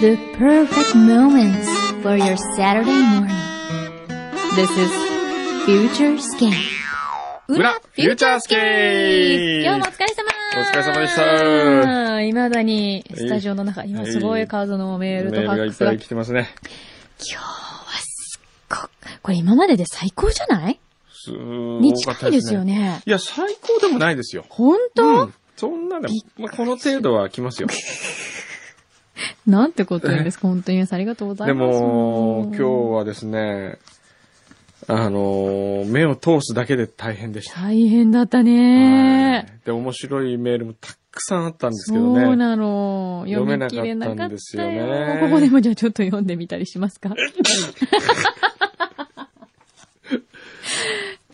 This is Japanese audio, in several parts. The perfect moments for your Saturday morning. This is Future Scan. 裏フューチャースケープ今日もお疲れ様お疲れ様でしたいまだに、スタジオの中、今すごい数のメールとファックスメールがが。いっぱい来てますね。今日はすっごく、これ今までで最高じゃないすーに多かっ近たいですよ。ね。いや、最高でもないですよ。本う当ん。そんなね、まあ、この程度は来 ますよ。なんてこと言うん ですか本当に皆さんありがとうございでます。も、今日はですね、あのー、目を通すだけで大変でした。大変だったねはいで、面白いメールもたくさんあったんですけどね。そうなの。読め読なみか切っれなかたったよ。んですよねここでもじゃあちょっと読んでみたりします か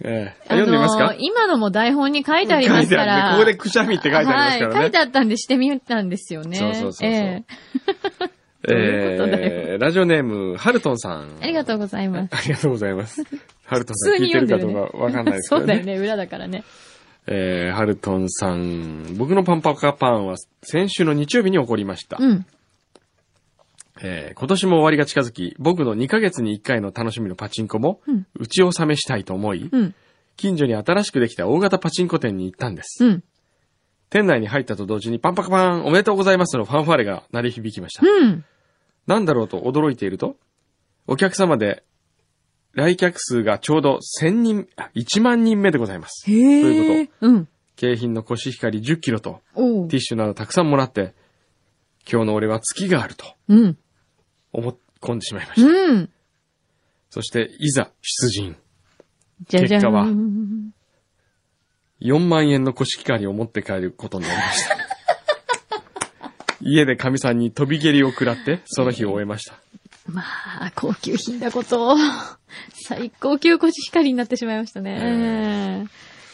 ええ読んでみますあかの今のも台本に書いてありますかるねら。ここでくしゃみって書いてありますからはね。い、書いてあったんでしてみたんですよね。そうそうそうそうえどういうことだえー、ラジオネーム、ハルトンさん。えありがとうございます。ありがとうございます。ハルトンさん普通聞いにて読んるでかるどうね。かわかんないです けそどうだよね。ね、裏だからね。えー、ハルトンさん、僕のパンパカパンは先週の日曜日に起こりました。うん。えー、今年も終わりが近づき、僕の2ヶ月に1回の楽しみのパチンコもうん、打ち納めしたいと思い、うん。近所に新しくできた大型パチンコ店に行ったんです。うん。店内に入ったと同時に、パンパカパンおめでとうございますのファンファーレが鳴り響きました。うん。なんだろうと驚いていると、お客様で来客数がちょうど1000人、あ1万人目でございます。へえ。ということ。うん。景品のコシヒカリ10キロと、おうティッシュなどたくさんもらって、今日の俺は月があるとうん。思い込んでしまいました。うん。そして、いざ出陣。じゃじゃん。結果は4万円のコシヒカリを持って帰ることになりました。 家で神さんに飛び蹴りを食らって、その日を終えました。まあ、高級品だこと。 最高級コシヒカリになってしまいましたね。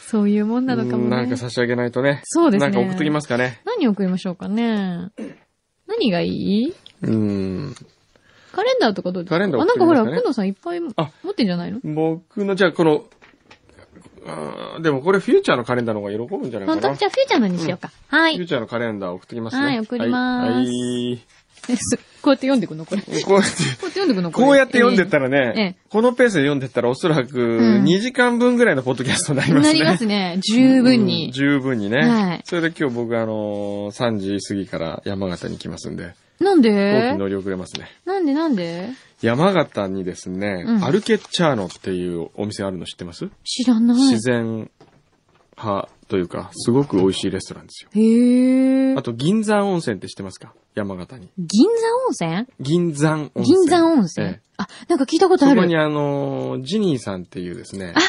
そういうもんなのかもうんね。なんか差し上げないとね。そうですねなんか送っときますかね。何送りましょうかね。何がいいうん。カレンダーとかどうですかカレンダーあ、送なっんてかほら、みますかねくんのさんいっぱい持あってんじゃないの僕の、じゃあこの、あーでもこれフューチャーのカレンダーの方が喜ぶんじゃないか本な。当じゃあ、フューチャーのにしようか。はフュい。ーチャーのカレンダー送ってきますね。はい送りますはいはいすこうやって読んでくのこれ。こうこうやって、やって読んでくのれこうやって読んでったらね、えこのペースで読んでったらおそらくうん2時間分ぐらいのポッドキャストになりえーまなすね。りますね。十分うんに。十分にね。はいそれで今日僕あのー、3時過ぎから山形に来ますんで、なん飛行機でに乗り遅れますね。なんでなんで山形にですね、うんアルケッチャーノっていうお店あるの知ってます、知らない。自然派というか、すごく美味しいレストランですよ。へえ。あと、銀山温泉って知ってますか山形に。銀山温銀山温泉泉。銀山温泉、ええあ、なんか聞いたことあそこるに。あのー、ジニーさんっていうですね。あ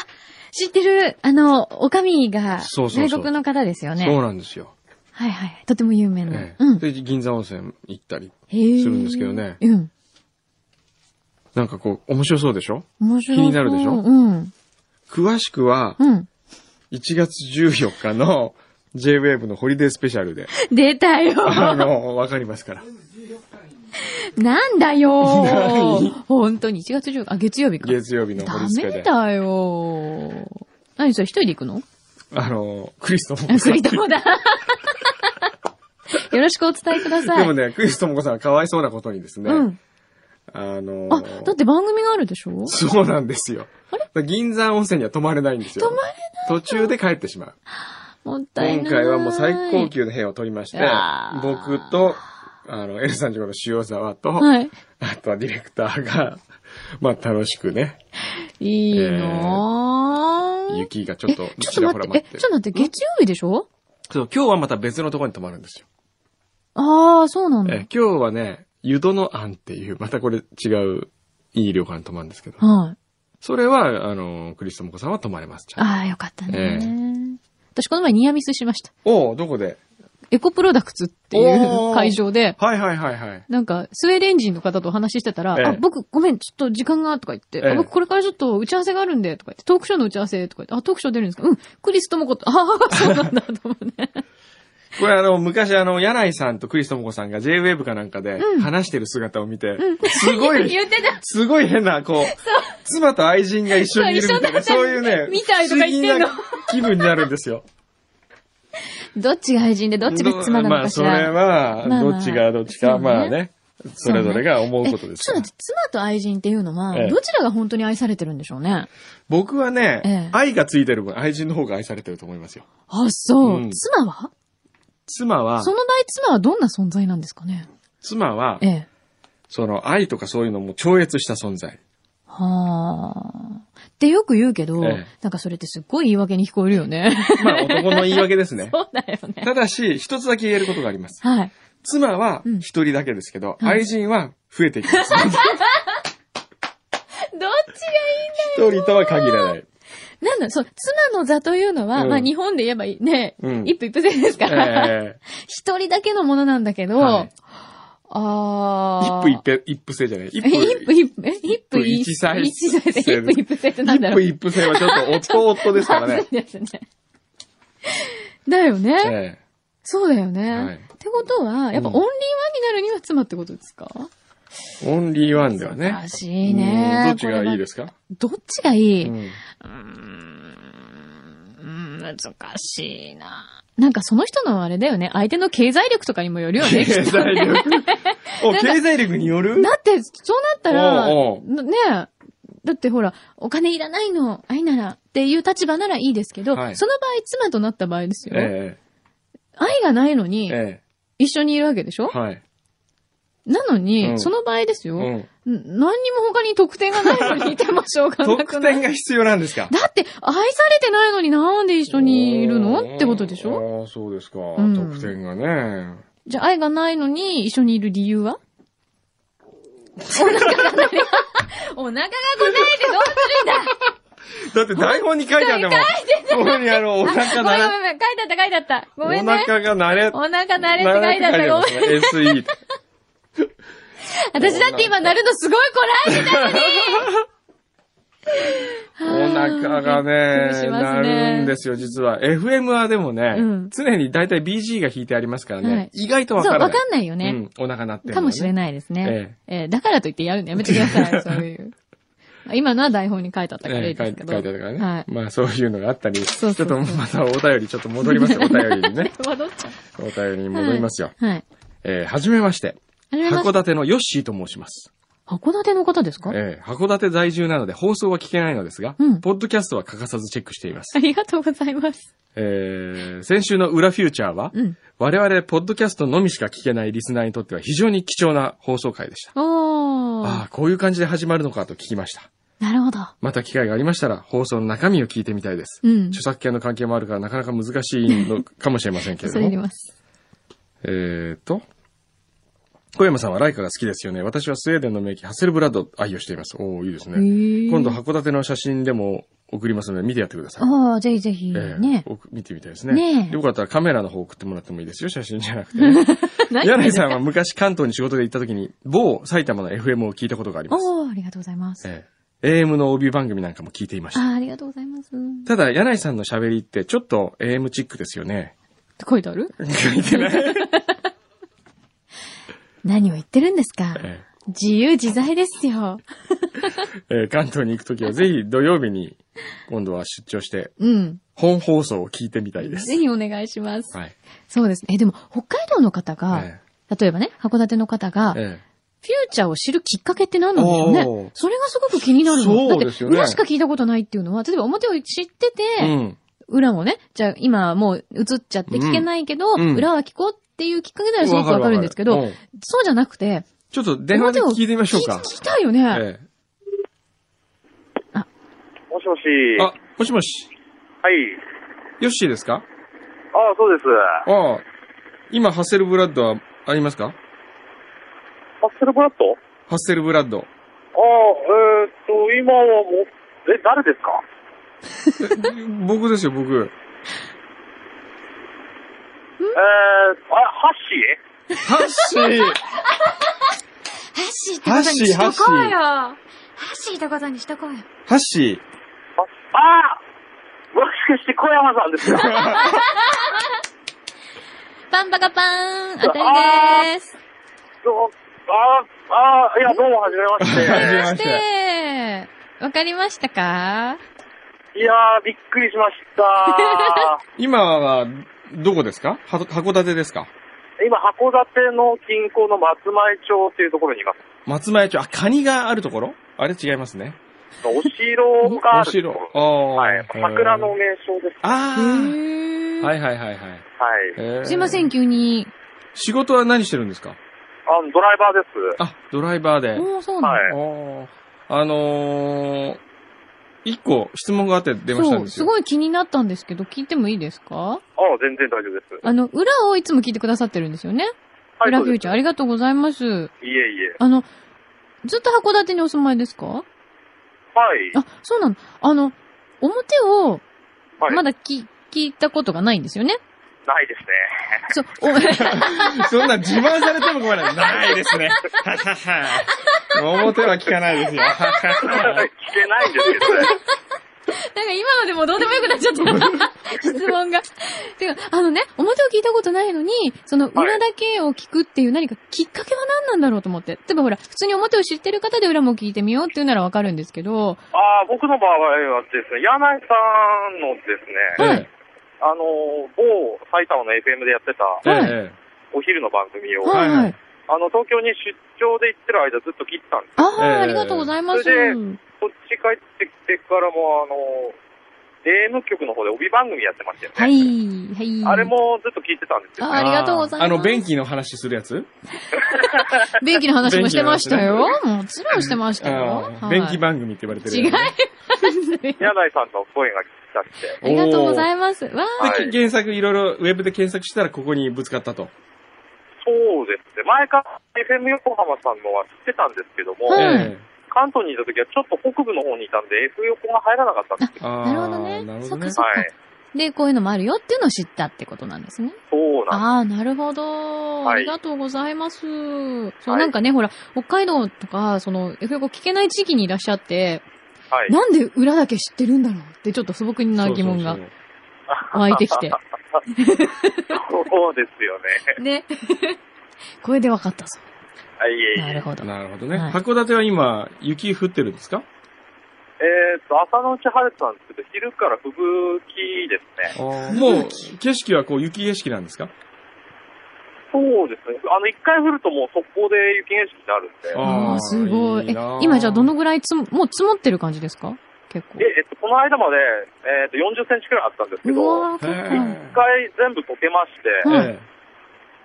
知ってる、あの、おかみが、そうそうそう外国の方ですよね。そうなんですよ。はいはいはい。とても有名な。ええうん。で、銀山温泉行ったり。へーするんですけどねうん。なんかこう、面白そうでしょ面白い。気になるでしょうん。詳しくは、うん。 1月14日の JWAVE のホリデースペシャ ルで、出たよ あのー、わかりますから。なんだよ何本当に1月14日、あ、月曜日か。月曜日のホダリスペメで。だよ何それ、一人で行くのあのー、クリストモあ コそさんれ。ともだ。よろしくお伝えください。でもね、クリストモコさんはかわいそうなことにですね、うん。あのあ、ーだって番組があるでしょそうなんですよ。銀山温泉には泊まれないんですよ。泊まれ途中で帰ってしまう。もったいない。今回はもう最高。級の部屋を取りましてうわ、ー僕と、あの、L35 の塩沢と、はい。あとはディレクターが、 まあ楽しくね、いいなぁ、雪がちょっとえ、ちちょらっほとら待っ、待っててえ、ちょっと待って、月曜日でしょそう今日はまた別のところに泊まるんですよ。ああ、そうなんだ。え今日はね、湯戸の庵っていう、またこれ違う、いい旅館に泊まるんですけど、はい。それは、あの、クリストモコさんは泊まれます。ちゃんとああ、よかったね。私この前ニアミスしました。おうどこでエコプロダクツっていうおー会場で、はいはいはいはい。なんか、スウェーデン人の方とお話ししてたら、ええあ、僕、ごめん、ちょっと時間が、とか言って、えあえ僕これからちょっと打ち合わせがあるんで、とか言って、トークショーの打ち合わせ、とか言って、あ、トークショー出るんですかうん、クリスともこと、ああ、そうなんだ、と思うね。これあの、昔あの、柳井さんとクリストモコさんが JWAVE かなんかでうん話してる姿を見て、すご い、言ってた。すごい変な、こう、妻と愛人が一緒にいるみたいな、そうそう一い緒うだったね、みたいとか言ってんの不思議な気分になるんですよ。どっちが愛人でどっちが妻なのかしら。まあ、それは、まあまあどっちがどっちか、そうねまあね。それぞれが思うえ、ことですちょっとから待って、妻と愛人っていうのは、ええどちらが本当に愛されてるんでしょうね。僕はね、ええ愛がついてる分、愛人の方が愛されてると思いますよ。あ、そう。うん妻は妻はそ、の場合、妻はどんな存在なんですかね。妻はえ、え。その愛とかそういうのも超越した存 在。はあ。ってよく言うけど、ええなんかそれってすっごい言い訳に聞こえるよね。。まあ男の言い訳ですね そうだよね。ただし、一つだけ言えることがあります。はい。妻はうん一人だけですけど、はい愛人は増えてい きます。どっちがい一人とは限らない。いなんだ、そう、妻の座というのは、うんまあ日本で言えばいいね、うん一夫一夫制ですから、ええ一人だけのものなんだけど、はいあ一あ。夫一夫、一夫制じゃない。一え 一夫夫、一夫、え一夫一夫一妻一妻制。一夫一夫制ってなんだ一ろう夫。一夫制はちょっと夫、夫ですからまねず。い ですね。だよね。ええそうだよね。はいってことは、やっぱオンリーワンになるには妻ってことですか、オンリーワンではね。難しいねうん。どっちがいいですすかどっちがいい、ううんーん、うん難しいな。なんかその人のあれだよね。相手の経済力とかにもよるよね。経済きっとね 力。お、経済力によるだって、そうなったら、おうおなねえ、だってほら、お金いらないの、愛なら、っていう立場ならいいですけど、はいその場合、妻となった場合ですよ。え愛がないのえに、え一緒にいるわけでしょえはい。なのに、うんその場合ですよ、うんん。何にも他に得点がないのにいてもしょうがなく得ない。点が必要なんですかだって、愛されてないのになんで一緒にいるのってことでしょょああ、そうですか。ん得点がね。じゃあ愛がないのに一緒にいる理由は お腹が鳴る。お腹が答えてどうするんだだって台本に書いてあるんだもん。ここにあの、お腹ごめんごなめんごめれ、ん。書いてあった書いてあった。ごめんおね。腹が慣れ、お腹慣れって書いてあった。ごめん。慣れって書いてありますね SE 私だって今慣るのすごいこらえてたのにお腹が びっくりね、しますなねるんですよ、実は。FM はでもね、うん常に大体 BG が弾いてありますからね、はい意外とわそかう、らない。わかんないよね。うん、お腹鳴ってる、かもしれい。ないですね。えーだからといってやるのやめてください、そういう。今のは台本に書いてあったからいえいえ書でいすてけあど。ったからね。はい。まあそういうのがあったり、そうそうそう。ちょっとまたお便りちょっと戻りますよ、お便りにね戻っちゃお便りにう。戻りますよ。 はい。はい。えーはじめまして。ありがとうご函ざい館のヨッシーと申します。ます。函館の方ですかえー函館在住なので放送は聞けないのですが、うんポッドキャストは欠かさずチェックしています。ありがとうございます。えー先週の裏フューチャーは、うん。我々、ポッドキャストのみしか聞けないリスナーにとっては非常に貴重な放送回でした。おあーあ、。こういう感じで始まるのかと聞きました。なるほど。また機会がありましたら、放送の中身を聞いてみたいです。うん。著作権の関係もあるから、なかなか難しいのかもしれませんけれ恐どれ入りも。ます。えーと。小山さんはライカが好きですよね。私はスウェーデンの名機ハッセルブラッドを愛用しています。おおいいですへね。ー今度、函館の写真でも送りますので、見てやってください。ああ、ぜひぜひ。ええね送見てみたいですねねえよかったらカメラの方送ってもらってもいいですよ、写真じゃなくて。 何柳井さんは昔関東に仕事で行った時に、某埼玉の FM を聞いたことがあります。おー、ありがとうございます。ええ AM の OB 番組なんかも聞いていましあた。あ、ありがとうございます。ただ、柳井さんの喋りってちょっと AM チックですよね。書いてある 書いてない。 何を言ってるんですかえ自由自在ですよ。えええ関東に行く時はぜひ土曜日に今度は出張して、うん。本放送を聞いてみたいですぜ。ひお願いします。はい。そうですね。え、でも、北海道の方が、え例えばね、函館の方が、フューええチャーを知るきっかけって何なんでしょうおーね。それがすごく気になるの。そうですよねだって、裏しか聞いたことないっていうのは、例えば表を知ってて、えうん。裏もね、じゃあ今もう映っちゃって聞けないけど、うんうん裏は聞こうっていうきっかけならすごくわかるんですけど、わかるわかるうんそうじゃなくて、ちょっと電話で聞いてみましょう聞か。き聞きたいよね。ええもしもし。あ、もしもし、はい。ヨッシーですかああ、そうです。ああ、今、ハッセルブラッドはありますかハッセルブラッドハッセルブラッド。ああ、えーっと、今はもう、え、誰ですか僕ですよ、僕。えー、あ、ハッシーハッシーハッシーってことにしとこうよ。ハッシーってことにしとこうよ。ハッシーああーもしかして小山さんです かパンパカパーン、当たりでーす。どうもああ、ああ、いや、どうも、はじめましはじ めて。まそしし。てて、わかりましたかいやー、びっく りしました。今は、どこですかは函館ですか今、函館の近郊の松前町っていうところにいます。松前町、あ、カニがあるところあれ違いますね。お城があおると城こ。ああ。ろ。はい。桜の名所です。あへあ。ーはいはいはいはい。はい。へーすいません、。急に。仕事は何してるんですかあの、ドライバーです。あ、ドライバーで。おー、そうなはのい。あああのー、一個質問があって出ましそたんでう、すすよ。ごい気になったんですけど、聞いてもいいですかあ全然大丈夫です。あの、裏をいつも聞いてくださってるんですよね。はい、裏そうフューでチャー、ありがとうございます。す。いえいえ。あの、ずっと函館にお住まいですかはい。あ、そうなの。あの、表を、はい、まだき、聞いたことがないんですよ ね。ないですね。そう、お、そんな自慢されても困らない。ないで すね。ははは。表は聞かないですよ。ははは。聞けないんですけどね。 なんか今までもうどうでもよくなっちゃった。質問が。てか、あのね、表を聞いたことないのに、その裏だけを聞くっていう何かきっかけは何なんだろうと思って。例えばほら、普通に表を知ってる方で裏も聞いてみようっていうならわかるんですけど、ああ、僕の場合はですね、柳井さんのですね、はいえあの、某埼玉の FM でやってたえ。はいえお昼の番組を、はいはいははいい。あの、東京に出張で行ってる間ずっと切ったんです。あええあ、ありがとうございます。それでこっち帰ってきてからも、あの、AM 局の方で帯番組やってましたよね。はい、はい。あれ。もずっと聞いてたんですあよーね。ありがとうございます。あの、便器の話するやつ便器の話もしてましたよ便。もちろんしてましたよ。あーはい便器番組って言われてるやつね。柳井さんの声が聞きたく て。ありがとうございます。わあ。おーではい検索、いろいろウェブで検索したらここにぶつかったと。そうですね。前から FM 横浜さんのは知ってたんですけども、はいえ関東にいた時はちょっと北部の方にいたんで F 横が入らなかったんですえ。あーなるほどねなるほそどっねか。そっはかい。。で、こういうのもあるよっていうのを知ったってことなんですね。そうなんでああ、なるほど。はいありがとうございます。そう、はいなんかね、ほら、北海道とか、その、F 横聞けない地域にいらっしゃって、す。はい。なんで裏だけ知ってるんだろうって、ちょっと素朴な疑問がそうそう湧いてきて。そうですよね。 ね。 これで分かったぞ。あいえいなえ。るほそどう。なるほどね。はい函館は今、雪降ってるんですかえっ、と、朝のうち晴れてたんですけど、昼から吹雪ですね。もう、景色はこう、雪景色なんですかそうですね。あの、一回降るともう速攻で雪景色になるんで。あーあ、すごい。いいなあえ、今じゃあどのぐらいつも、もう積もってる感じですか結構。で、えっと、この間まで、えっと、40センチくらいあったんですけうど、わー、へー結一回全部溶けまして、うんええ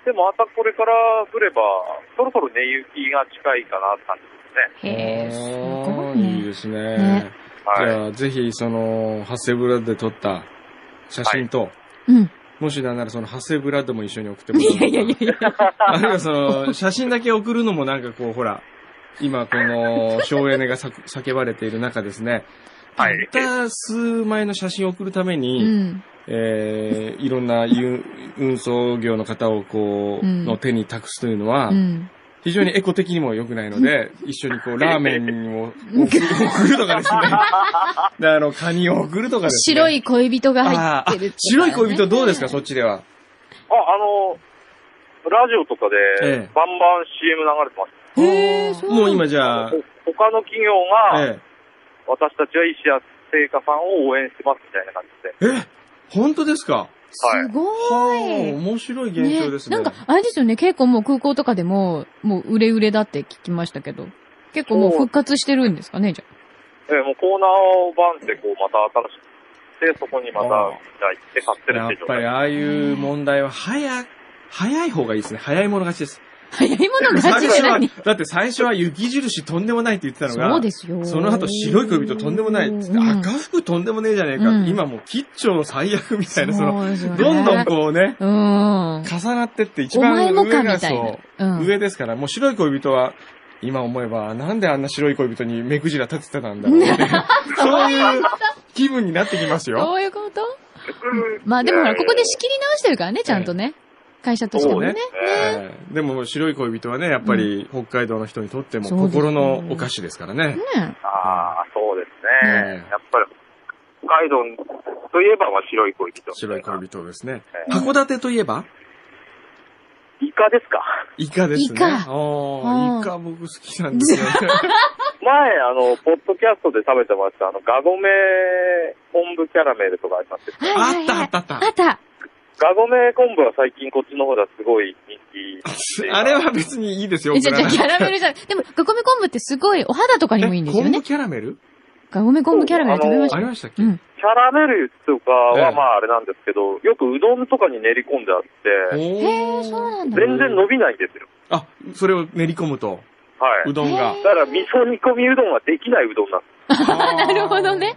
でもまたこれから降れば、そろそろ寝行きが近いかなって感じですね。構。へえ、すあごーいいいね。ですね。ねじはい。ゃあ、ぜひ、その、ハッセブラッドで撮った写真と、うん。 もしなんならその、ハッセブラッドも一緒に送ってもらいやいやいやいや。あるいはその、写真だけ送るのもなんかこう、ほら、今この、省エネがさ 叫ばれている中ですね、はい。たった数枚の写真を送るたうめに、ん。えー、いろんなゆ運送業の方をこうう、んの手に託すというのは、うん。非常にエコ的にも良くないので、一緒にこう、ラーメンを送送ると かですね。であの、カニを送るとかですね。白い恋人が入ってるって、あーあ白い恋人どうですか、そっちでは。あ、あの、ラジオとかええで、バンバン CM 流れてます。へーそうなんだもう今じゃあ、ほ他の企業が、ええ私たちは石谷製菓さんを応援してますみたいな感じで。本当ですかすご。はいあ、面白い現象ですね。なんか、あれですよね、結構もう空港とかでも、もう売れ売れだって聞きましたけど。結構もう復活してるんですかね、じゃええもうコーナーをバンってこう、また新しくして、そこにまた、ああじゃあ行って買ってるやっっていう状ぱ態りああいう問題は早、早い方がいいですね。早い者勝ちです。あ。 早いもの勝ち最じ初ゃはない。、だって最初は雪印とんでもないって言ってたのが、そうですよ。その後白い恋人とんでもないって言って、うん赤服とんでもねえじゃねえか。うん今もう吉兆の最悪みたいな、その、そうですよねどんどんこうね、うん。重なってって一お番前もか上みがたいそな。うう、ん。上ですから、もう白い恋人は、今思えば、なんであんな白い恋人に目くじら立ててたんだろうっていうそういう気分になってきますよ。そういうことまあでもほら、ここで仕切り直してるからね、ちゃんとね。会社としてもね。ええええでも、白い恋人はね、やっぱり北海道の人にとってもそうですよ心のお菓子ですからね。ねああ、そうですね。ねえやっぱり、北海道といえば、まあ、白い恋人。白い恋人ですね。ええ函館といえばイカですかイカですね。イカあうあ、んイカ僕好きなんですよ ね。前、あの、ポッドキャストで食べてました、あの、ガゴメ昆布キャラメルとかありますよはいあはっいたはあいったあった。あった。ラゴメ昆布は最近こっちの方ではすごい人気で。あれは別にいいですよ、えじゃあ、送じゃらあキャラなくてメルじゃない。でも、ガコメ昆布ってすごいお肌とかにもいいんですよえ昆ね布。キャラメルガコメ昆布キャラメル食べましあた。りましたっけ、うん。キャラメルとかはええまああれなんですけど、よくうどんとかに練り込んであって、へへえ、そうなんだ。全然伸びないんですよ。あ、それを練り込むと、はうい。どんがへ。だから味噌煮込みうどんはできないうどんなんで ななるほどね。。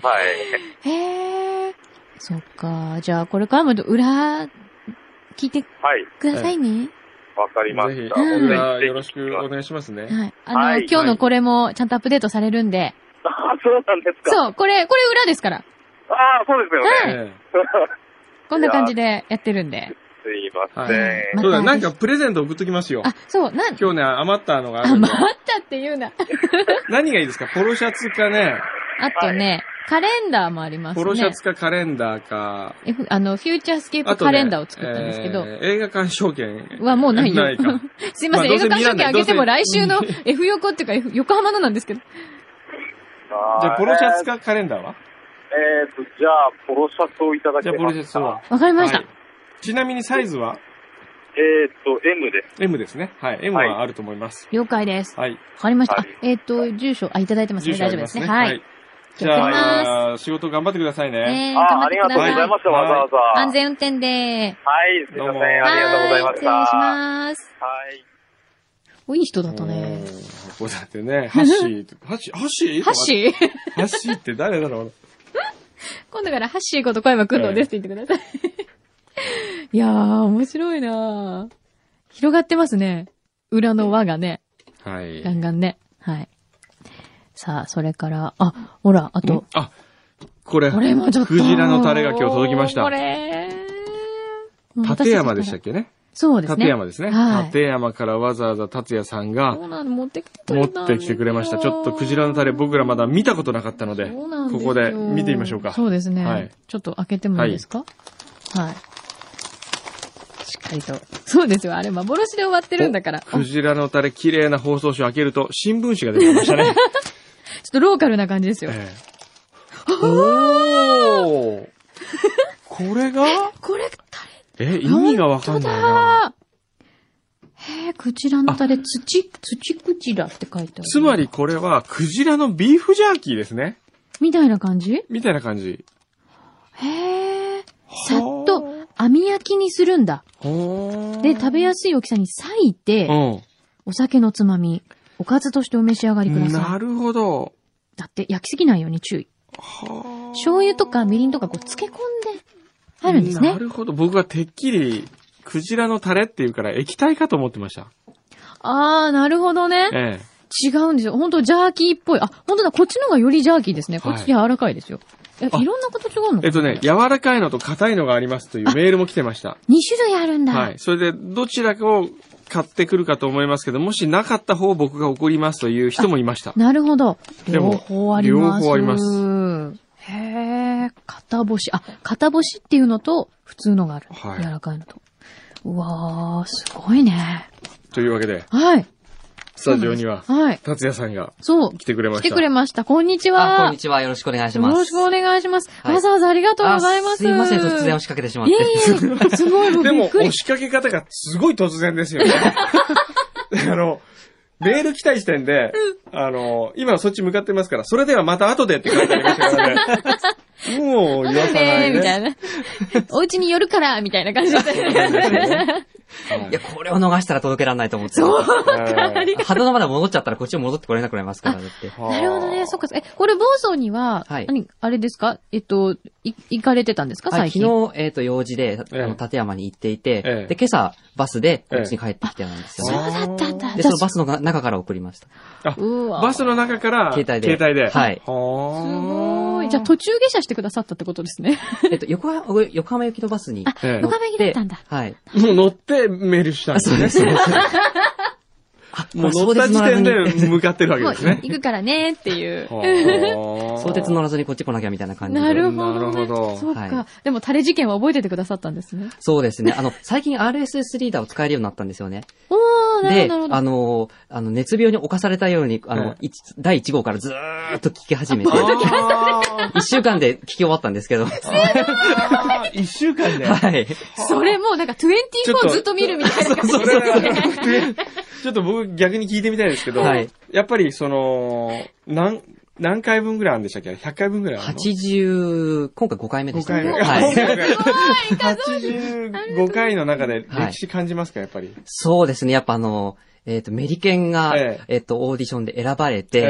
す。はい。へえ。そっか。じゃあ、これからも裏、聞いてはい。くださいね。わかりまぜしひ、た。うんじゃあぜひよろしくお願いしますね。はい。あの、はい今日のこれもちゃんとアップデートされるんで。ああ、そうなんですか。そう、これ、これ裏ですから。ああ、そうですよね。はいええこんな感じでやってるんで。すいまはせん。いまそうだ、なんかプレゼント送っときますよ。あ、そう、なん、今日ね、余ったのがあ、あるんで待。ったって言うな。何がいいですかポロシャツかね、あとね、カレンダーもありますね。ポロシャツかカレンダーか、 F- あの、フューチャースケーあプと、カレンダーを作ったんですけど、えー映画鑑賞券。はもうないよ。 ないか すいません、まあ映画鑑賞券あげてもどうせ来週の F 横っていうか F 横浜のなんですけど。じじゃあ、ポロシャツかカレンダーはえっ、と、じゃあ、ポロシャツをいただけじゃあ、ポまロすシャツかは。わかりましたはい。ちなみにサイズはえっ、と、M です。 M ですね。はい。M はいはあると思います。了解です。わはい。かりました。あはいえっと、住所、あ、いただいてますね。住所大あ丈夫りでますすね。ね。はい。。じじゃあゃあ、仕事頑張ってくださいえね。ー、あ頑あ、張あってりくがだとうさい。ございました、はいわざわざ。安全運転で。はい、すいません。ありがとうございまはし失た。礼しはます。い。お、いい人だだったね。そうだってね、ハッシーと、 ハッシー、ハッシーハッシー ハッシーって誰だろう今度からハッシーこと小山くんのですって言ってください。いやー、面白いなー広がってますね。裏の輪がね。はいガンガンね。はい。さあ、それから、あ、ほら、あと、あ、これ、これもちょっと。クジラのタレが今日届きましこた。れ立山でしたっけけねそうですね。立山ですね。はい立山からわざわざ達也さんがそうなの、持ってきてくれ持たんだってきてくれました。ちょっとクジラのタレ僕らまだ見たことなかったので、そうなんこすよこで見てみましょうか。そうですね。はいちょっと開けてもいいですかはい。しっかりと。そうですよ。あれ、幻で終わってるんだから。あクジラのタレ、綺麗な包装紙を開けると、新聞紙が出てきまし たね。ちょっとローカルな感じですよ。ええおーこれがこれ、タえ、レ意味がわかんないな。本当だへえ、クジラのタレ、土、土クジラって書いてある。つまりこれは、クジラのビーフジャーキーですね。みたいな感じみたいな感じ。へえ。さはっあと、網焼きにするんだ。ほーで、食べやすい大きさに裂いて、お酒のつまみ、おかずとしてお召し上がりうくだん。さ。ないるほど。だって、焼きすぎないように注意。はあ醤油とかみりんとかこう漬け込んで、入るんですなね。るほど。僕はてっきり、クジラのタレっていうから液体かと思ってました。あー、なるほどね。ええ。違うんですよ。ほんと、ジャーキーっぽい。あ、ほんとだ、こっちの方がよりジャーキーですね。こっはちい柔らかいですよ。え、いあろんな形があるのえっとね、柔らかいのと硬いのがありますというメールも来てました。 2種類あるんだ。はい。それで、どちらかを買ってくるかと思いますけど、もしなかった方を僕が怒りますという人もいました。なるほど。で両も方あります。。両方ありますへえ、片星。あ、片星っていうのと、普通のがある。はい柔らかいのと。うわー、すごいね。というわけで、はい。スタジオには、はい。達也さんがそう。来てくれまし来た。てくれました。こんにちは。あ、こんにちは。よろしくお願いします。よろしくお願いします。はいわざわざありがとうございます。あすいません、突然押しかけてしまっいて。えいえ、すごい、もうでびも、っくり押。しかけ方がすごい突然ですよね。 あの、メール来た時点で、あの、今そっち向かってますから、それではまた後でって書いてありましたから ね。もう、言わさなねいみたいね。な。 お家に寄るから、みたいな感じで。はい いや、これを逃したら届けられないと思って。はい肌のまだ戻っちゃったらこっちも戻ってこれなくなりますから、だって。 なるほどね、そっか。え、これ、暴走には、はい何、あれですかえっと、い、行かれてたんですかはい、最近。昨日、えっ、と、用事で、あええの、立山に行っていて、ええで、今朝、バスで、こっちに帰ってきてなんですよ、えそね。うだったんだ。で、そのバスのが中から送り ました。うわバスの中から、携帯で携帯で。はいすはごい。じゃあ、途中下車してくださったってことですね。えっと、横浜、横浜行きのバスに。あ、ええ横浜行きだったんだ。はい。もう乗ってメールしたんですね。もう乗った時点で向かってるわけ もう、ですね。行くからね、っていう。相相鉄乗らずにこっち来なきゃみたいな感じで。なるほど、ね。なるほどそうか。はでも、タレ事件は覚えててくださったんですね。そうですね。あの、最近 RSS リーダーを使えるようになったんですよね。おー、なるほで、ど、なるほど。あの、あの、熱病に侵されたように、あえの、一第1号からずーっと聞き始めて、あー1週間で聞き終わったんですけど、あ、一週間で。はい。それもうなんかちょっ24とずっと見るみたいな感じそでれすはね。ちょっと僕逆に聞いてみたいんですけど、はいやっぱりその、何、何回分ぐらいあるんでしたっけ ?100 回分ぐらいあるの80、今回5回目で5した回ね。目。はい。 85回の中で歴史感じますか、やっぱり。そうですね、やっぱあの、えっ、と、メリケンが、ええっ、と、オーディションで選ばれて、ええ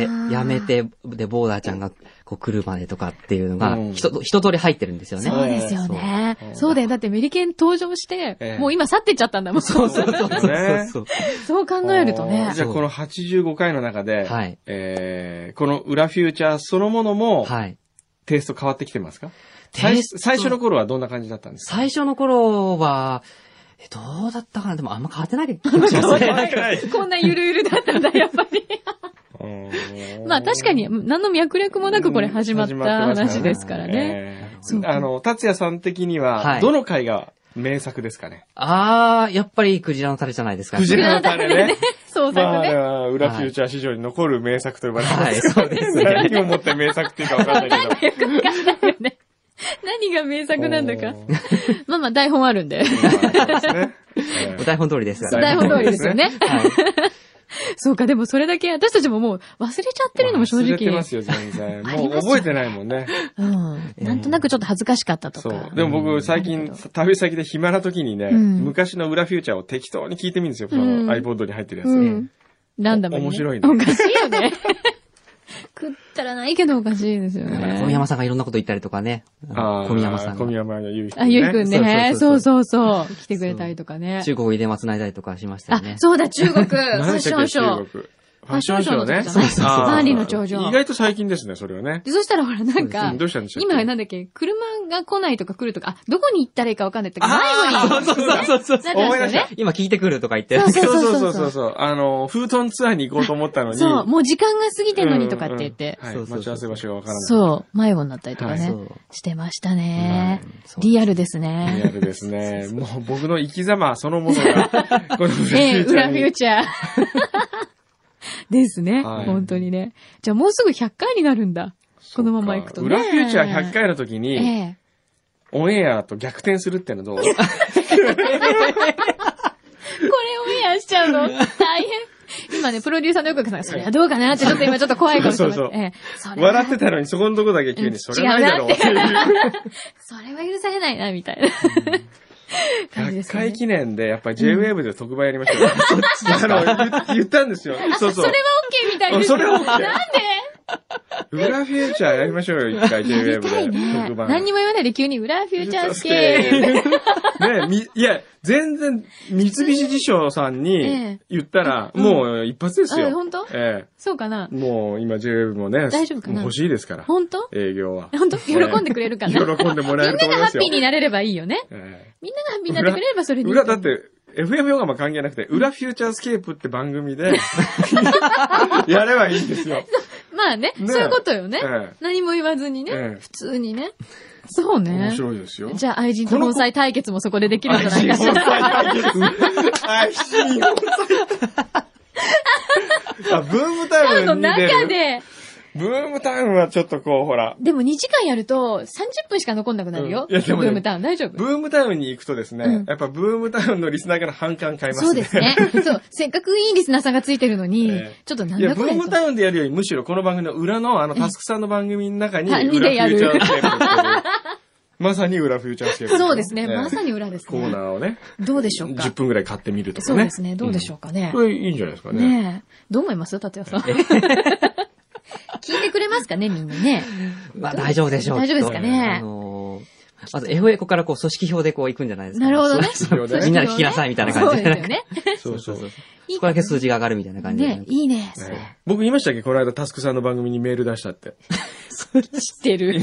であー、辞めて、で、ボーダーちゃんが、こう、来るまでとかっていうのが、うん一と一通り入ってるんですよね。そうですよね。そうだよ。だってメリケン登場して、ええもう今去ってっちゃったんだもん。そうそうそうそうそうそう。考えるとあーねじ。ゃあこの85回の中で、はいえーこの裏フューチャーそのものも、はい。テイスト変わってきてますかテ最イスト最初の頃はどんな感じだったんですか最初の頃は、え、どうだったかなでもあんま変わってない気がしますね。 こんなゆるゆるだったんだ、やっぱ り。まあ確かに、何の脈略もなくこれ始まった話ですからね。。うん始まってますからえーあの、達也さん的にはは、いどの回が名作ですかねあー、やっぱりクジラのタレじゃないですか。クジラのタレ ね。創作まああれね。は、裏フューチャー史上に残る名作と呼ばれてまはい、す。そうですね。何をもって名作っていうかわかんないけど。よくわかんないよね。何が名作なん だかお。ー まあまあ台本あるんで。そうですねえおー台本通りですから台ね。本通りですよね。はい。そうか、でもそれだけ私たちももう忘れちゃってるのも正直。忘れてますよ、全然。ありもうますよ覚えてないもんね。うん。なんとなくちょっと恥ずかしかったとそかう。。でもう僕、ん最近、旅先で暇な時にね、うん昔の裏フューチャーを適当に聞いてみるんですよ、こうんの iPod に入ってるやつ。うん。ランダムに、ね。面白いねおかしいよ ね。食ったらないけどおかしいですよね。小宮山さんがいろんなこと言ったりとかね。あー小宮山さん小宮が。山ゆうひくんあ、ね。ゆいくんね。そそううそうそう。来てくれたりとかね。中国を入れまつないだりとかしましたよあね、。そうだ、中国。ファ 何ッでしシたョっンけショー中。国ファッションショーのね。時じゃないそうそうそうあー万里の長城意外と最近ですね、それはね。でそしたらほら、なんそうか、どうしたんでしたっけ今なんだっけ、車が来ないとか来るとか、あ、どこに行ったらいいかわかんないとか、あ迷子に。そうそうそうそう。なってま思い出ししたたよね。今聞いてくるとか言って。そうそうそうそそううそうそう。あの、フートンツアーに行こうと思ったのに。そう、もう時間が過ぎてんのにとかって言って、うんうんそはういそうそう待ち合わせ場所がわからない。そう、迷子になったりとかはねそ、うしてましたねうん。そうリアルですリ アね。ルですね。もう僕の生き様そのもの が、このフええ、ューチャ裏ーフにューチャー。ですね、はい本当にね。じゃあもうすぐ100回になるんだ。このまま行くとね。裏フューチャー100回の時に、ええ。オンエアと逆転するってのどうこれオンエアしちゃう の大変。今ね、プロデューサーの横川さんが、それはどうかなって、ちょっと今ちょっと怖いかもしれない。そうそうそうええそれは笑ってたのにそこのとこだけ急うんに、それないだろうっていう。 それは許されないな、みたいな。 感じで100すね回記念で、やっぱり JWAVE で特番やりましょ うよ。あの、言言ったんですよ。そうそうそれは。OK みたいです。それは OK なんで裏フューチャーやりましょうよ、一回やり JWAVE たいでね特。番。何にも言わないで急に裏フューチャースケール。ねみ、いや、全然、三菱地所さんええに言ったら、もう一発ですあ、よ。本当えそうかなえ。もう今 JWAVE もね、大丈夫かなもう欲しいですから、本当営業は。本当喜んでくれるかなみんな喜んでもらえると思いがハまッすピよ。ーになれればいいよね。えみんながハッピーになってくれればそれえでいい。裏、だっ。て、FM ヨガマ関係なくて、裏フューチャースケープって番 組で、やればいいんですよ。まあね、ねそういうことよねええ。何も言わずにねええ。普通にね。そう面ね。白いですよ。じゃあ、愛人と交際対決もそこでできるんじゃない かしら。愛心要塞。あ、ブームタイのムに出中る。で、ブームタイムはちょっとこう、ほら、でも2時間やると30分しか残んなくなるよ。うんいやでもブねームタウン大丈夫ブームタウンに行くとですね、うんやっぱブームタウンのリスナーから反感買いますね。そうですね。そう。せっかくいいリスナーさんがついてるのに、 ええちょっとなんいだや、こブれームタンウンでやるより、むしろこの番組の裏の、あの、タスクさんの番組の中に、は裏いフュでやるーチャースケープっていう。まさに裏フューチャースケープ。そうですね。 ええまさに裏ですコーナね。ーをね、どうでしょうか10分くらい買ってみるとかそね。うですね。どうでしょうかねん。これいいんじゃないですかね。ねえ。どう思います達也さん。聞いてくれますかねみんなね。 まあ大丈夫でしょう。大丈夫ですかねあのーまず FA こからこう組織票でこう行くんじゃないですか。なるほどねそうそ組う織票でみんなで聞きなさいみたいなそ感うじですで。よね。そうそうそう。いいそこだけ数字が上がるみたいな感じで。ねいいね。それね僕言いましたっけこの間タスクさんの番組にメール出したって。知って る。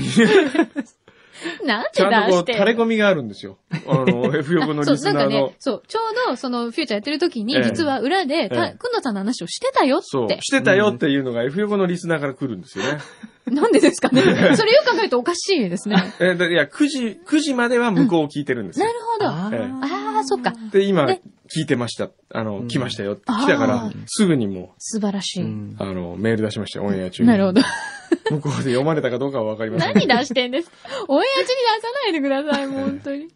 なんちでゃん出とこしう、て垂れ込みがあるんですよ。あ の、F 横のそう、リスなんナかーのね。、そう、ちょうどそのフューチャーやってる時に、ええ実は裏で、えた、えくんのさんの話をしてたよっそう、て。してたよっていうのが F 横のリスナーから来るんですよね。なんでですか ねそれよく考えるとおかしいですね。え、だいや、9時、9時までは向こうを聞いてるんですなよる。ほど。ああーええあー、あ、そっか。で、今で、聞いてました。あの、うん来ましたよ。来たかあらー、すぐにも素晴らしうい。んう、あの、メール出しましたよ、オンエア中に。なるほ ど。向こうで読まれたかどうかはわかりません。何出してんですかオンエア中に出さないでください、もう本 当に。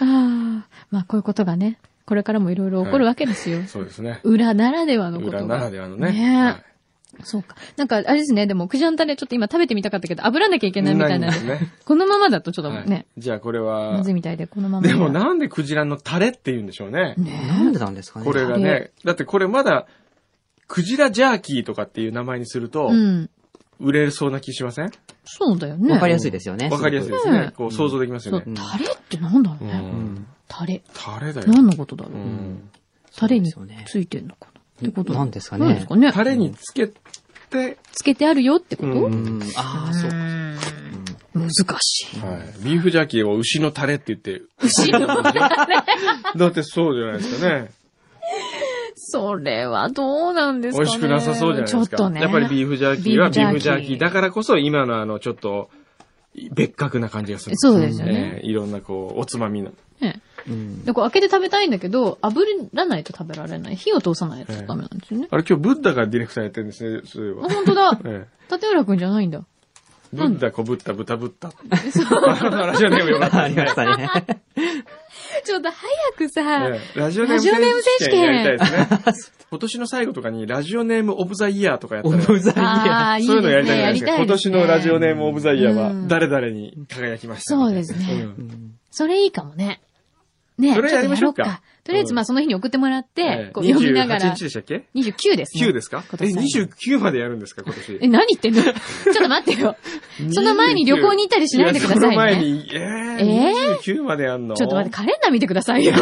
ああ。まあ、こういうことがね、これからもいろいろ起こるわけですよ。そうですね。裏ならではのことが。裏ならではのね。ねえはいそうか。なんか、あれですね、でも、クジャンタレちょっと今食べてみたかったけど、炙らなきゃいけないみたいな。ないんですね。このままだとちょっとはいね、じゃあこれはま、ずいみたいで、このまま。でも、なんでクジラのタレって言うんでしょうね。ねなんでなんですかね。これがタねレ。だってこれまだ、クジラジャーキーとかっていう名前にするとう、ん。売れそうな気しませんそうだよね。わかりやすいですよね。わかりやすいですうねん。こう想像できますそよう、ね。タレってなんだろううね。ん。タレ。タレだよ。何のことだろうう。んタレにそうですよねついてんのかな。ってごことなんですかなんでねす。かね。タレにつけて、つけてあるよってことううんん。ああ、そうか。難しい。はいビーフジャーキーを牛のタレって言 って、牛の。だってそうじゃないですかね。それはどうなんですか美ね。味しくなさそうじゃないちょでっすか。とね。やっぱりビーフジャーキーはビビーーフフジジャャーーキーキーだからこそ今のあのちょっと別格な感じがする。そうですよね。えーいろんなこう、おつまみの。ねうん。でこれ開けて食べたいんだけど、炙らないと食べられない。火を通さないとダメなんですよね。あれ今日ブッダがディレクターやってるんですね、そういえあ、ば。本当 だ。ええ立浦くんじゃないん だ。ブッダ、小ブッダ、豚ブッダ。あのラジオネームよかったあでりすね ましたね。ちょっと早くさ、ええラジオネーム選ラジオネーム選手手権権やりたいですね。 今年の最後とかにラジオネームオブザイヤーとかやったおら、 そうむざいや。ああ、いいいでうのすやりたいね。じゃなやいでりすたいでか。今す年ね。のラジオネームオブザイヤーはうん誰々に輝きましたみたいな。そうですねんうんそれいいかもね。ねそれちょっとやりましょうかやろとりあえず、まあ、その日に送ってもらってええ、こう読みながら28。日でしたっけ29ですね。 9ですか今え、年29までやるんですか今え、年。何言ってんの ちょっと待ってよ。その前に旅行に行ったりしないでくださいねやその前に、ええー、29までやんのちょっと待って、カレンダー見てください よ。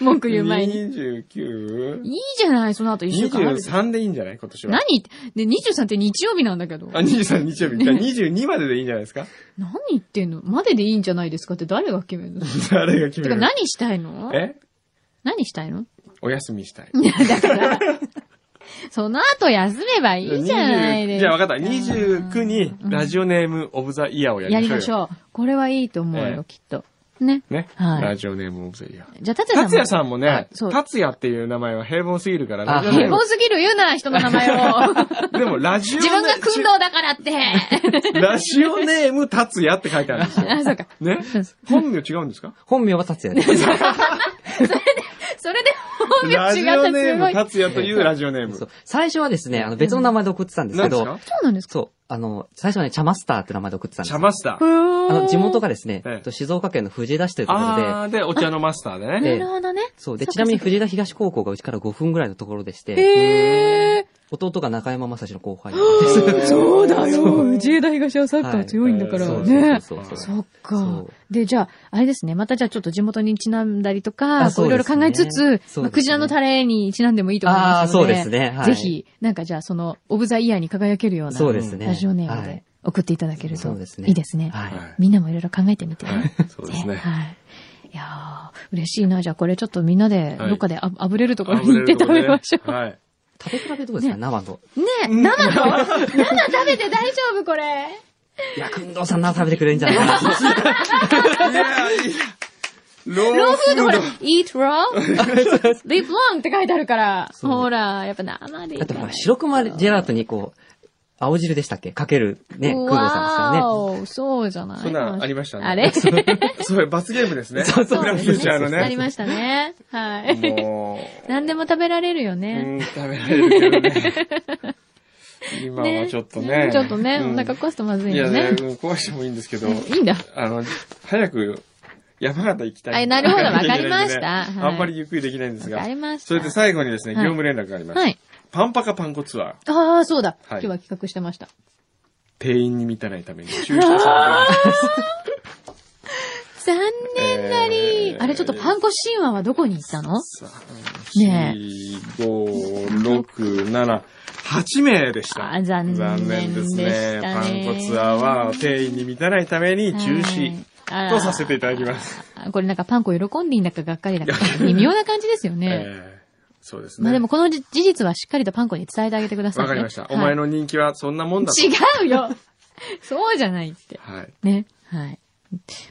文句言う前に。 29?23 いいじゃない、その後一週間ある。でいいんじゃない今年は。何言ってで、23って日曜日なんだけど。あ、23日曜日。じゃあ22まででいいんじゃないですか何言ってんのまででいいんじゃないですかって誰が決めるの誰が決てめかる何したいのえ何したいのお休みしたい。いや、だから、その後休めばいいじゃないですじゃか。あ分かった。29にラジオネームオブザイヤーをやりやましりょうよ。ましょう。これはいいと思うえよ、えきっと。ね。ね。はいラジオネームオブザイヤー。じゃあ、達也さんも。達也さんはもいね、そう達也っていう名前は平凡すぎるから、あラジオネー平ム凡すぎる言うな、人の名前を。でもラジオネ自分がー訓導だからって。ム、ラジオネーム達也って書いてあるんですよ。あ、 そうか。ね本名違うんですか本名は達也です。それで本名ラ違ジったオらネすごームい。そ達也というラジオネームそ。う最初はですね、あの別の名前で送ってたんです何けですどか、うなんですかそう、あの、最初はね、チャマスターって名前で送ってたんでチすャ。マスタあー。あの、地元がですね、えええっと静岡県の藤枝市というところで、あー、で、お茶のマスターでね。なるほどね。そう。で、そっかちなみに藤枝東高校がうちから5分ぐらいのところでして、へえ。弟が中山正史の後輩なんです。そうだよ。藤枝東はサッカー強いんだからそそううそうね。そうそうそっそかう。で、じゃあ、あれですね。またじゃあちょっと地元にちなんだりとか、こあういそうろいでろすね考えつつ、そうですねまあクジラのタレにちなんでもいいと思いあまあ、すのそうで。ですね。はい、ぜ。ひ、なんかじゃあその、オブザイヤーに輝けるような、 そうですね。ラジオネームはでい送っていただけるそとうです、ねいいですね。はいはいみんなもいろいろ考えてみて。はいそうですね。はい。いやー、嬉しいな。じゃあこれちょっとみんなで、はいどっかであぶれるところに行って食べましょう。はい。食べ比べどうですか、生の。ねえ、生と生食べて大丈夫これ。いや、くんどうさん生食べてくれるんじゃないかな。いやいいロローーフフーードドほほらら、 eat raw, live long って書いてあるから。そうほら、やっぱ生でいいだっかてほら。ら、白熊ジェラートにこう、青汁でしたっけかける、ね、くんどうさんですからね。わーおそうじゃない。そんなんありましたねあれそう それ罰ゲームですね。そうそうブラックフューチャーのありね。ましたね。はい。もう、何でも食べられるようね。ん、食べられるけどね。 今はちょっとね。ちょっとね、うおん腹壊すとまずいいやよねね、う。ん壊してもいいんですけど、いいんだ。あの、早く山形行きたい。はいなるほどわかりま したはいあんまりゆっくりできないんですわがかりました。それで最後にですね、はい業務連絡があります。はい。パンパカパンコツアー、ああ、そうだ。今はい日は企画してました。定員に満たないために中止されてます。残念なりえ。ーあれ、ちょっとパンコ神話はどこに行ったの ねね4、5、6、7、8名でした。あ残念ででしすね。たパねンコツアーは定員に満たないために中止はいとさせていただきます。あこれなんかパンコ喜んでいいんだかがっかりだか 微妙な感じですよね。えーそうですね。まあでもこのじ事実はしっかりとパンコに伝えてあげてください、わね。かりました。はいお前の人気はそんなもんだと。違うよ そうじゃないって。はい。ね。はい。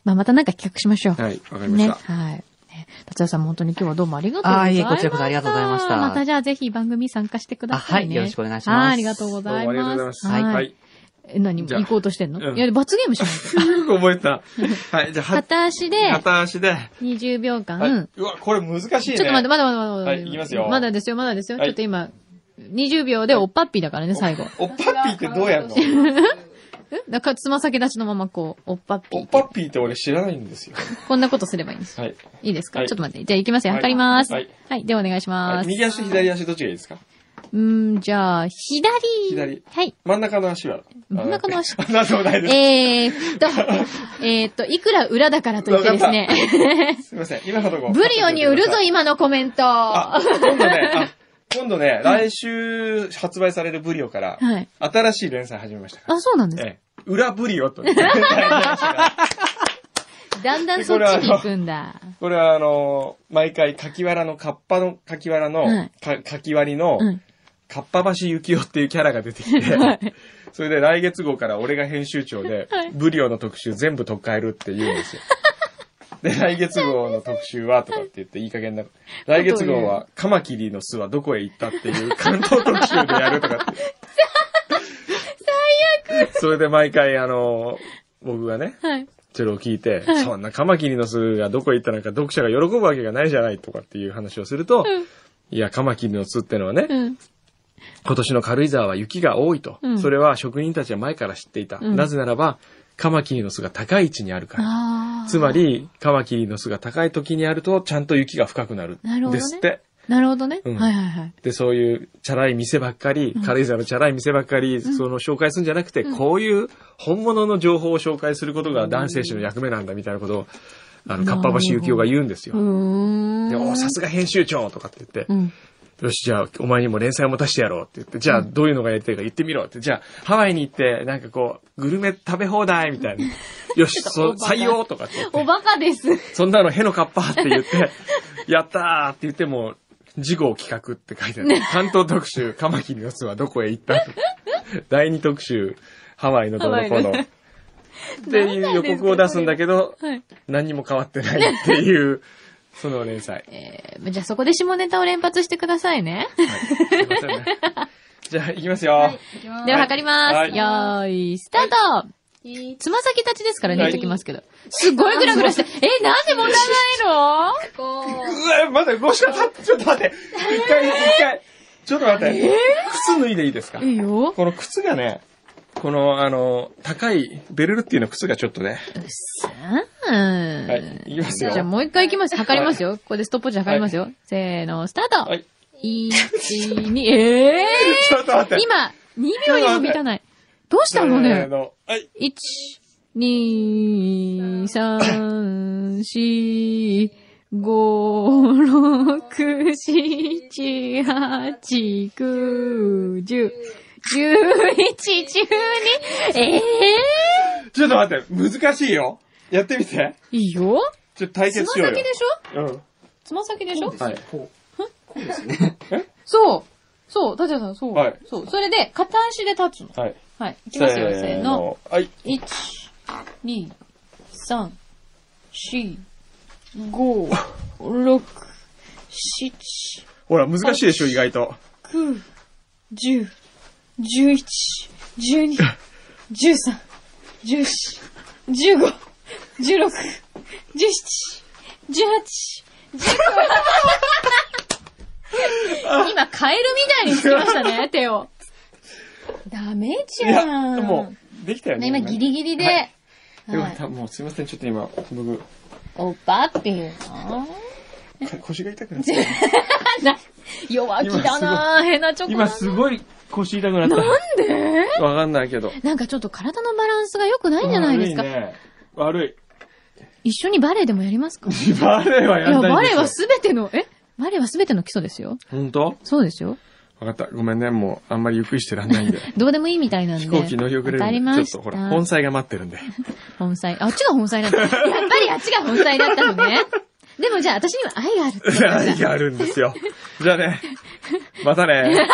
まあまたなんか企画しましょう。はい、わかりましね。た。はい。ね達也さんも本当に今日はどうもありがとうございました。あーいえこちらこそありがとうございましたまたじゃあぜひ番組参加してくあ、だはさいい。ね。よろしくお願いしはまいす。ありがとうごどうもざいありがとうまごす。ざいます。は。はいい。え何、じゃあ行こうとしてんの、うんいや、罰ゲームしない と。よく 覚えた。はい、じゃあ、は、片足で片足で。 20秒間、はいうわ、これ難しいね。ちょっと待って、まだまだまだまだ。はい行きますよまだですよ、まだですよ。はいちょっと今、20秒でおっぱっぴだからね、最後。おっぱっぴーってどうやるの えなんか、つま先立ちのままこう、おっぱっぴおっぱっぴーって俺知らないんですよ。こんなことすればいいんです。はい。いいですか、はいちょっと待って。じゃあ行きますよ。はい測ります。ははいい。で、お願いしまはいす。右足、左足、どっちがいいですかうーん、じゃあ、左。左はい。真ん中の足は真ん中の足あなんでもないです。えーっと、えーっと、いくら裏だからといってですね。すいません。今のところ。 ブリオに売るぞ、い今のコメント。あ、は今度ね、あ、今度ね、来週発売されるブリオから、い。新しい連載始めましたから。あ、そうなんですか。ええ。裏ブリオ という連載になりましたから。だんだんそっちに行くんだ。これはあのー、毎回、柿原の、カッパの、柿原はのい、か柿割りの、うん。かっぱ橋幸男っていうキャラが出てきて、それで来月号から俺が編集長 で、ブリオの特集全部取っ替えるって言うんですよ。 で、来月号の特集はとかって言っていい加減な。来月号はカマキリの巣はどこへ行ったっていう関東特集でやるとかって。 最悪それで毎回あの、僕がね、はい。それを聞いて、そんなカマキリの巣がどこへ行ったなんか読者が喜ぶわけがないじゃないとかっていう話をすると、いや、カマキリの巣ってのはね、うん。今年の軽井沢は雪が多いと、うんそれは職人たちは前から知っていた。うんなぜならば、カマキリの巣が高い位置にあるから。ああ。つま。り、カマキリの巣が高い時にあると、ちゃんと雪が深くなる。なるほどねですって。なるほどね。うんはいはいはい。で、そういう、チャラい店ばっかり、軽井沢のチャラい店ばっかり、その紹介するんじゃなくて、こういう本物の情報を紹介することが男性誌の役目なんだみたいなことを、あの、かっぱ橋幸雄が言うんですうよ。ーん。で、おーさすが編集長とかって言って、うん。よし、じゃあ、お前にも連載を持たしてやろうって言って、じゃあ、どういうのがやりたいか言ってみろって、じゃあ、ハワイに行って、なんかこう、グルメ食べ放題みた いな。よし、そ、採用とかって言っておバカです。そんなのへのかっぱって言って、 やったーって言っても、事後企画って書いてある。関東特集、カマキリの巣はどこへ行 った第二特集、ハワイのどのこハの。ワイのっていう予告を出すんだけど、はい。何にも変わってないっていう、その連載。えーじゃあそこで下ネタを連発してくださいね。はいすいませ んね。じゃあ、行きますよ。では測ります。はいよーい、スタート、つま先立ちですからね、は言いっときますけど。すごいグラグラして。え、なんで持たないのうわ、まだ5しか経って、ちょっと待って。一回、一回。ちょっと待って。靴脱いでいいですかいいよ。この靴がね、この、あの、高い、ベルルっていうの靴がちょっとね。うん。はい、いきますじよ。ゃあもう一回行きます。測りますよ。ここでストップウォッチ測りますよ。せーの、スタート、はい。 !1、2、えちょっと待ー、って。今、2秒にも満たない。どうしたのせーねのはい。 1、2、3、4、5、6、7、8、9、10、11、12、ええちょっと待って、難しいよ。やってみて。ー、いいよちょっと対つ決ましよう先よ。でしょうん。つま先でしょはい。そう。そう、ダジャさん、そう。はいそう。それで、片足で立つの。はい。はい。いきますよ、せーの。。はい。 1、2、3、4、5、6、7、ほら、難しいでしょ、意外と。 9、10、11、12、13、14、15、16、17、18、19。今、カエルみたいにつきましたね、手を。ダメじいゃや、ん。もう、できたよね。今、ギリギリで。はいよはかいった。もう、すいません、ちょっと今、僕、おっぱっていうの腰が痛くなった。な弱気だなぁ、変なチョコ今だなすごい腰痛くなった。なんでわかんないけど。なんかちょっと体のバランスが良くないんじゃないですか。悪いね。悪一緒にバレエでもやりますかいい。バレーはやや、んないバんレですエよ。はすべての、えバレエはすべての基礎ですよ。本当わそうですよ。かった。ごめんね。もう、あんまりゆっくりしてら んないんで。どうでもいいみたいなんで。飛行機乗り遅れわかりるんまで。しちたょっと、ほら、本妻が待ってるん で。本妻。あっちが本妻だった。やっぱりあっちが本妻だったのね。でもじゃあ私には愛があるってことだ愛があるんですよ。じゃ あね。またね。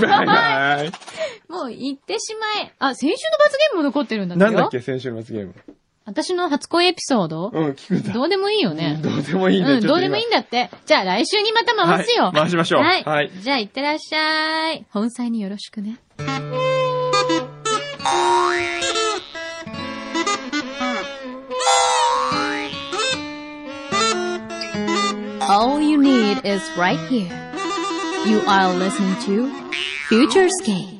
バイバイ。もう行ってしまえ。あ、先週の罰ゲームも残ってるんだってよ。なんだっけ、先週の罰ゲーム。私の初恋エピソード、うん、聞くんだ。どうでもいいよね。どうでもいいね。うん、どうでもいいんだって。じゃあ来週にまた回すよ。はい回しましょうはい。はいじゃあ行ってらっしゃい。本妻によろしくね。All you need is right here. You are listening to Future Skate.